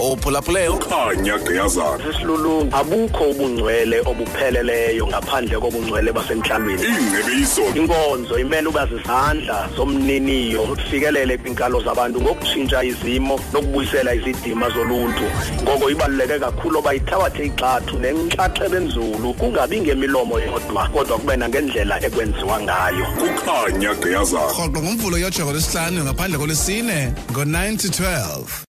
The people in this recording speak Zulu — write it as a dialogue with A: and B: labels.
A: ophulaphulayo
B: khanya geyazana
C: esilulungu abukho ubungcwele obupheleleyo ngaphandle kobungcwele basemhlalweni
B: ingcebiso
C: inkonzo imele uba zizandla zomniniyo ufikelele kwiinkalo zabantu ngokutshintsha izimo nokubuyisela izidima zoluntu ngoko ibaluleke kakhulu oba ithabathe igxathu nenxaxheba enzulu kungabi ngemilomo yodwa kodwa kube nangendlela ekwenziwa ngayo
B: kukhanya geyazana
A: rhoqo ngomvulo yojoko lwesihlanu ngaphandle kolwesine ngo-9 to 12